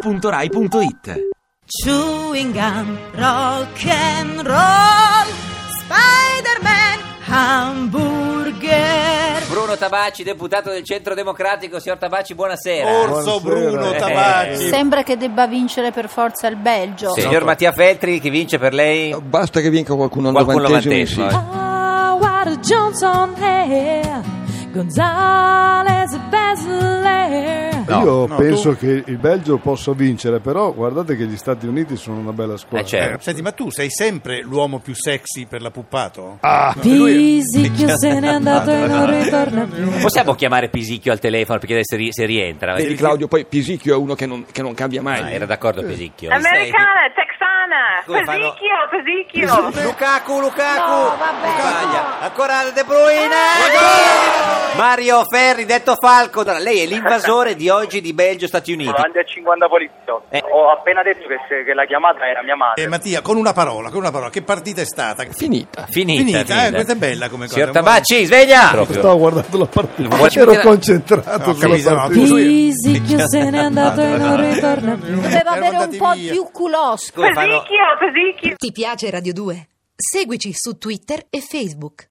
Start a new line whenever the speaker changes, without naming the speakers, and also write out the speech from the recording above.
radio2pod.rai.it
Chewing gum, rock and roll, Spider-Man, hamburger.
Bruno Tabacci, deputato del Centro Democratico. Signor Tabacci, buonasera.
Orso
Buonasera.
Bruno
Eh.
Tabacci.
Sembra che debba vincere per forza il Belgio.
Signor Mattia Feltri, chi vince per lei?
Basta che vinca qualcuno al
Qualcuno
novantesimo.
novantesimo,
sì.
eh.
Howard Johnson here, Gonzales Besler.
No.
Io
No,
penso
tu-
che il Belgio possa vincere, però guardate che gli Stati Uniti sono una bella squadra.
Eh, certo.
Senti, ma tu sei sempre l'uomo più sexy per la puppato?
Pisicchio se n'è andato e non ritorna più.
Possiamo chiamare Pisicchio al telefono perché adesso ri- se rientra.
Vedi Claudio, poi Pisicchio è uno che non, che non cambia mai.
eh. Ah, era d'accordo Pisicchio.
Americana, texana,
Come fanno-
pesicchio, pesicchio.
Lukaku, Lukaku.
No, vabbè,
Sbaglia.
no.
Ancora De Bruyne. Gol! Mario Ferri, detto Falco. Allora, lei è l'invasore di oggi di Belgio-Stati Uniti.
Under 50 poliziotto.
Eh.
Ho appena detto che, se- che la chiamata era mia madre.
Eh, Mattia, con una parola, con una parola, che partita è stata?
Finita.
Finita,
Finita, eh, questa è bella come cosa,
Signor
un po'
Tabacci, sveglia!
Stavo guardando la partita,
Vuoi-
ero
Perché-
No,
concentrato
ho
sulla
capito, no,
partita.
tu-
Pisicchio se n'è andato e non ritorna più.
Doveva
Erano
avere un
andati
po'
via.
più culosco.
Come fanno-
Pesicchio, pesicchio.
Ti piace Radio 2? Seguici su Twitter e Facebook.